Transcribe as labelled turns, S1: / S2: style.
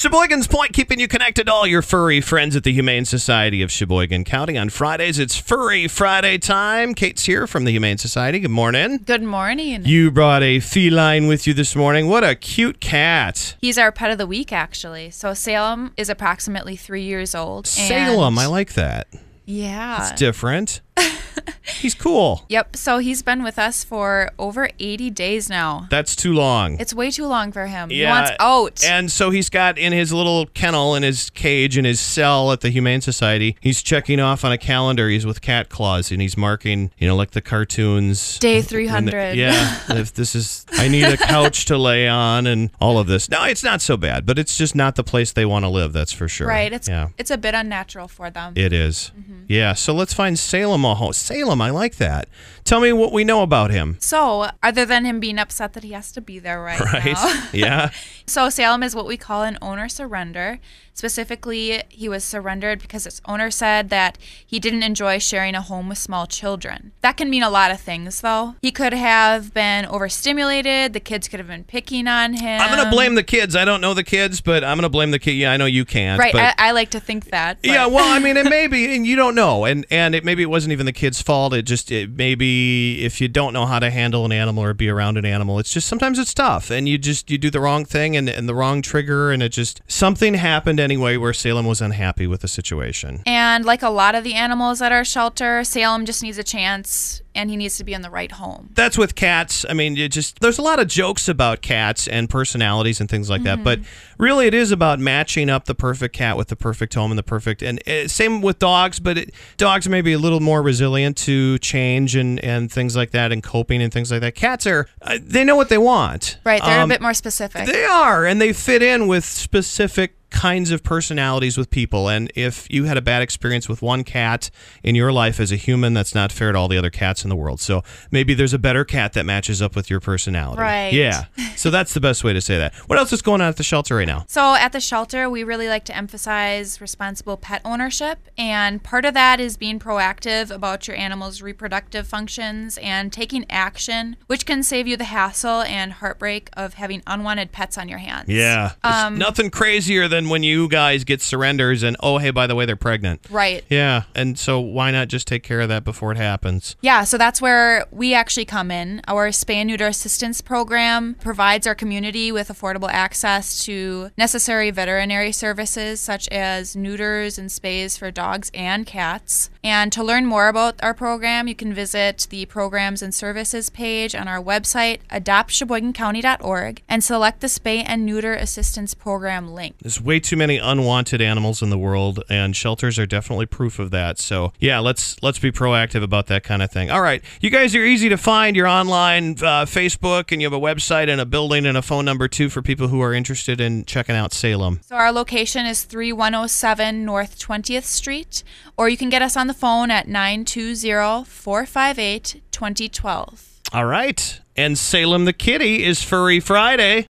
S1: Sheboygan's Point, keeping you connected, all your furry friends at the Humane Society of Sheboygan County. On Fridays, it's Furry Friday time. Kate's here from the Humane Society. Good morning.
S2: Good morning.
S1: You brought a feline with you this morning. What a cute cat.
S2: He's our pet of the week, actually. So Salem is approximately three years old. and- Uh,
S1: Salem, I like that.
S2: Yeah.
S1: It's different. He's cool.
S2: yep. So he's been with us for over 80 days now.
S1: That's too long.
S2: It's way too long for him. He wants out.
S1: And so he's got in his little kennel, in his cage, in his cell at the Humane Society, he's checking off on a calendar. He's with cat claws and he's marking, you know, like the cartoons.
S2: Day
S1: when
S2: 300.
S1: the- yeah. if this is, I need a couch to lay on and all of this. No, it's not so bad, but it's just not the place they want to live, that's for sure.
S2: Right. It's Mm-hmm.
S1: yeah.
S2: it's a bit unnatural for them.
S1: It is. Yeah. So let's find Salem a home. Salem, I like that. Tell me what we know about him.
S2: so, other than him being upset that he has to be there right,
S1: Right?
S2: now,
S1: yeah.
S2: So Salem is what we call an owner surrender. Specifically, he was surrendered because its owner said that he didn't enjoy sharing a home with small children. That can mean a lot of things, though. He could have been overstimulated. The kids could have been picking on him.
S1: I'm gonna blame the kids. I don't know the kids, but I'm gonna blame the kid. Yeah, I know you can't.
S2: Right,
S1: But,
S2: I, I like to think that. but-
S1: yeah. Well, I mean, it may be, and you don't know, and and it maybe it wasn't even the kid's fault. It just it maybe if you don't know how to handle an animal or be around an animal, it's just sometimes it's tough, and you just you do the wrong thing and and the wrong trigger, and it just something happened anyway where Salem was unhappy with the situation.
S2: And like a lot of the animals at our shelter, Salem just needs a chance and he needs to be in the right home.
S1: that's with cats. I mean, it just there's a lot of jokes about cats and personalities and things like that, but
S2: Mm-hmm.
S1: really it is about matching up the perfect cat with the perfect home and the perfect and uh, same with dogs, but it, dogs may be a little more resilient to change and and things like that and coping and things like that. Cats are uh, they know what they want.
S2: Right, they're
S1: Um,
S2: a bit more specific.
S1: they are, and they fit in with specific kinds of personalities with people. And if you had a bad experience with one cat in your life as a human, that's not fair to all the other cats in the world. So maybe there's a better cat that matches up with your personality.
S2: Right.
S1: Yeah. So that's the best way to say that. What else is going on at the shelter right now?
S2: So at the shelter, we really like to emphasize responsible pet ownership, and part of that is being proactive about your animal's reproductive functions and taking action, which can save you the hassle and heartbreak of having unwanted pets on your hands.
S1: It's
S2: Um,
S1: nothing crazier than when you guys get surrenders and, oh, hey, by the way, they're pregnant.
S2: Right.
S1: Yeah. And so why not just take care of that before it happens?
S2: Yeah, so that's where we actually come in. Our spay and neuter assistance program provides our community with affordable access to necessary veterinary services such as neuters and spays for dogs and cats. And to learn more about our program, you can visit the programs and services page on our website, adoptsheboygancounty.org, and select the spay and neuter assistance program link.
S1: There's way too many unwanted animals in the world, and shelters are definitely proof of that. So yeah, let's let's be proactive about that kind of thing. All right, you guys are easy to find. You're online, uh, Facebook, and you have a website and a building and a phone number too for people who are interested in checking out Salem.
S2: So our location is 3107 North 20th Street, or you can get us on the phone at 920-458-2012.
S1: All right, and Salem the Kitty is Furry Friday.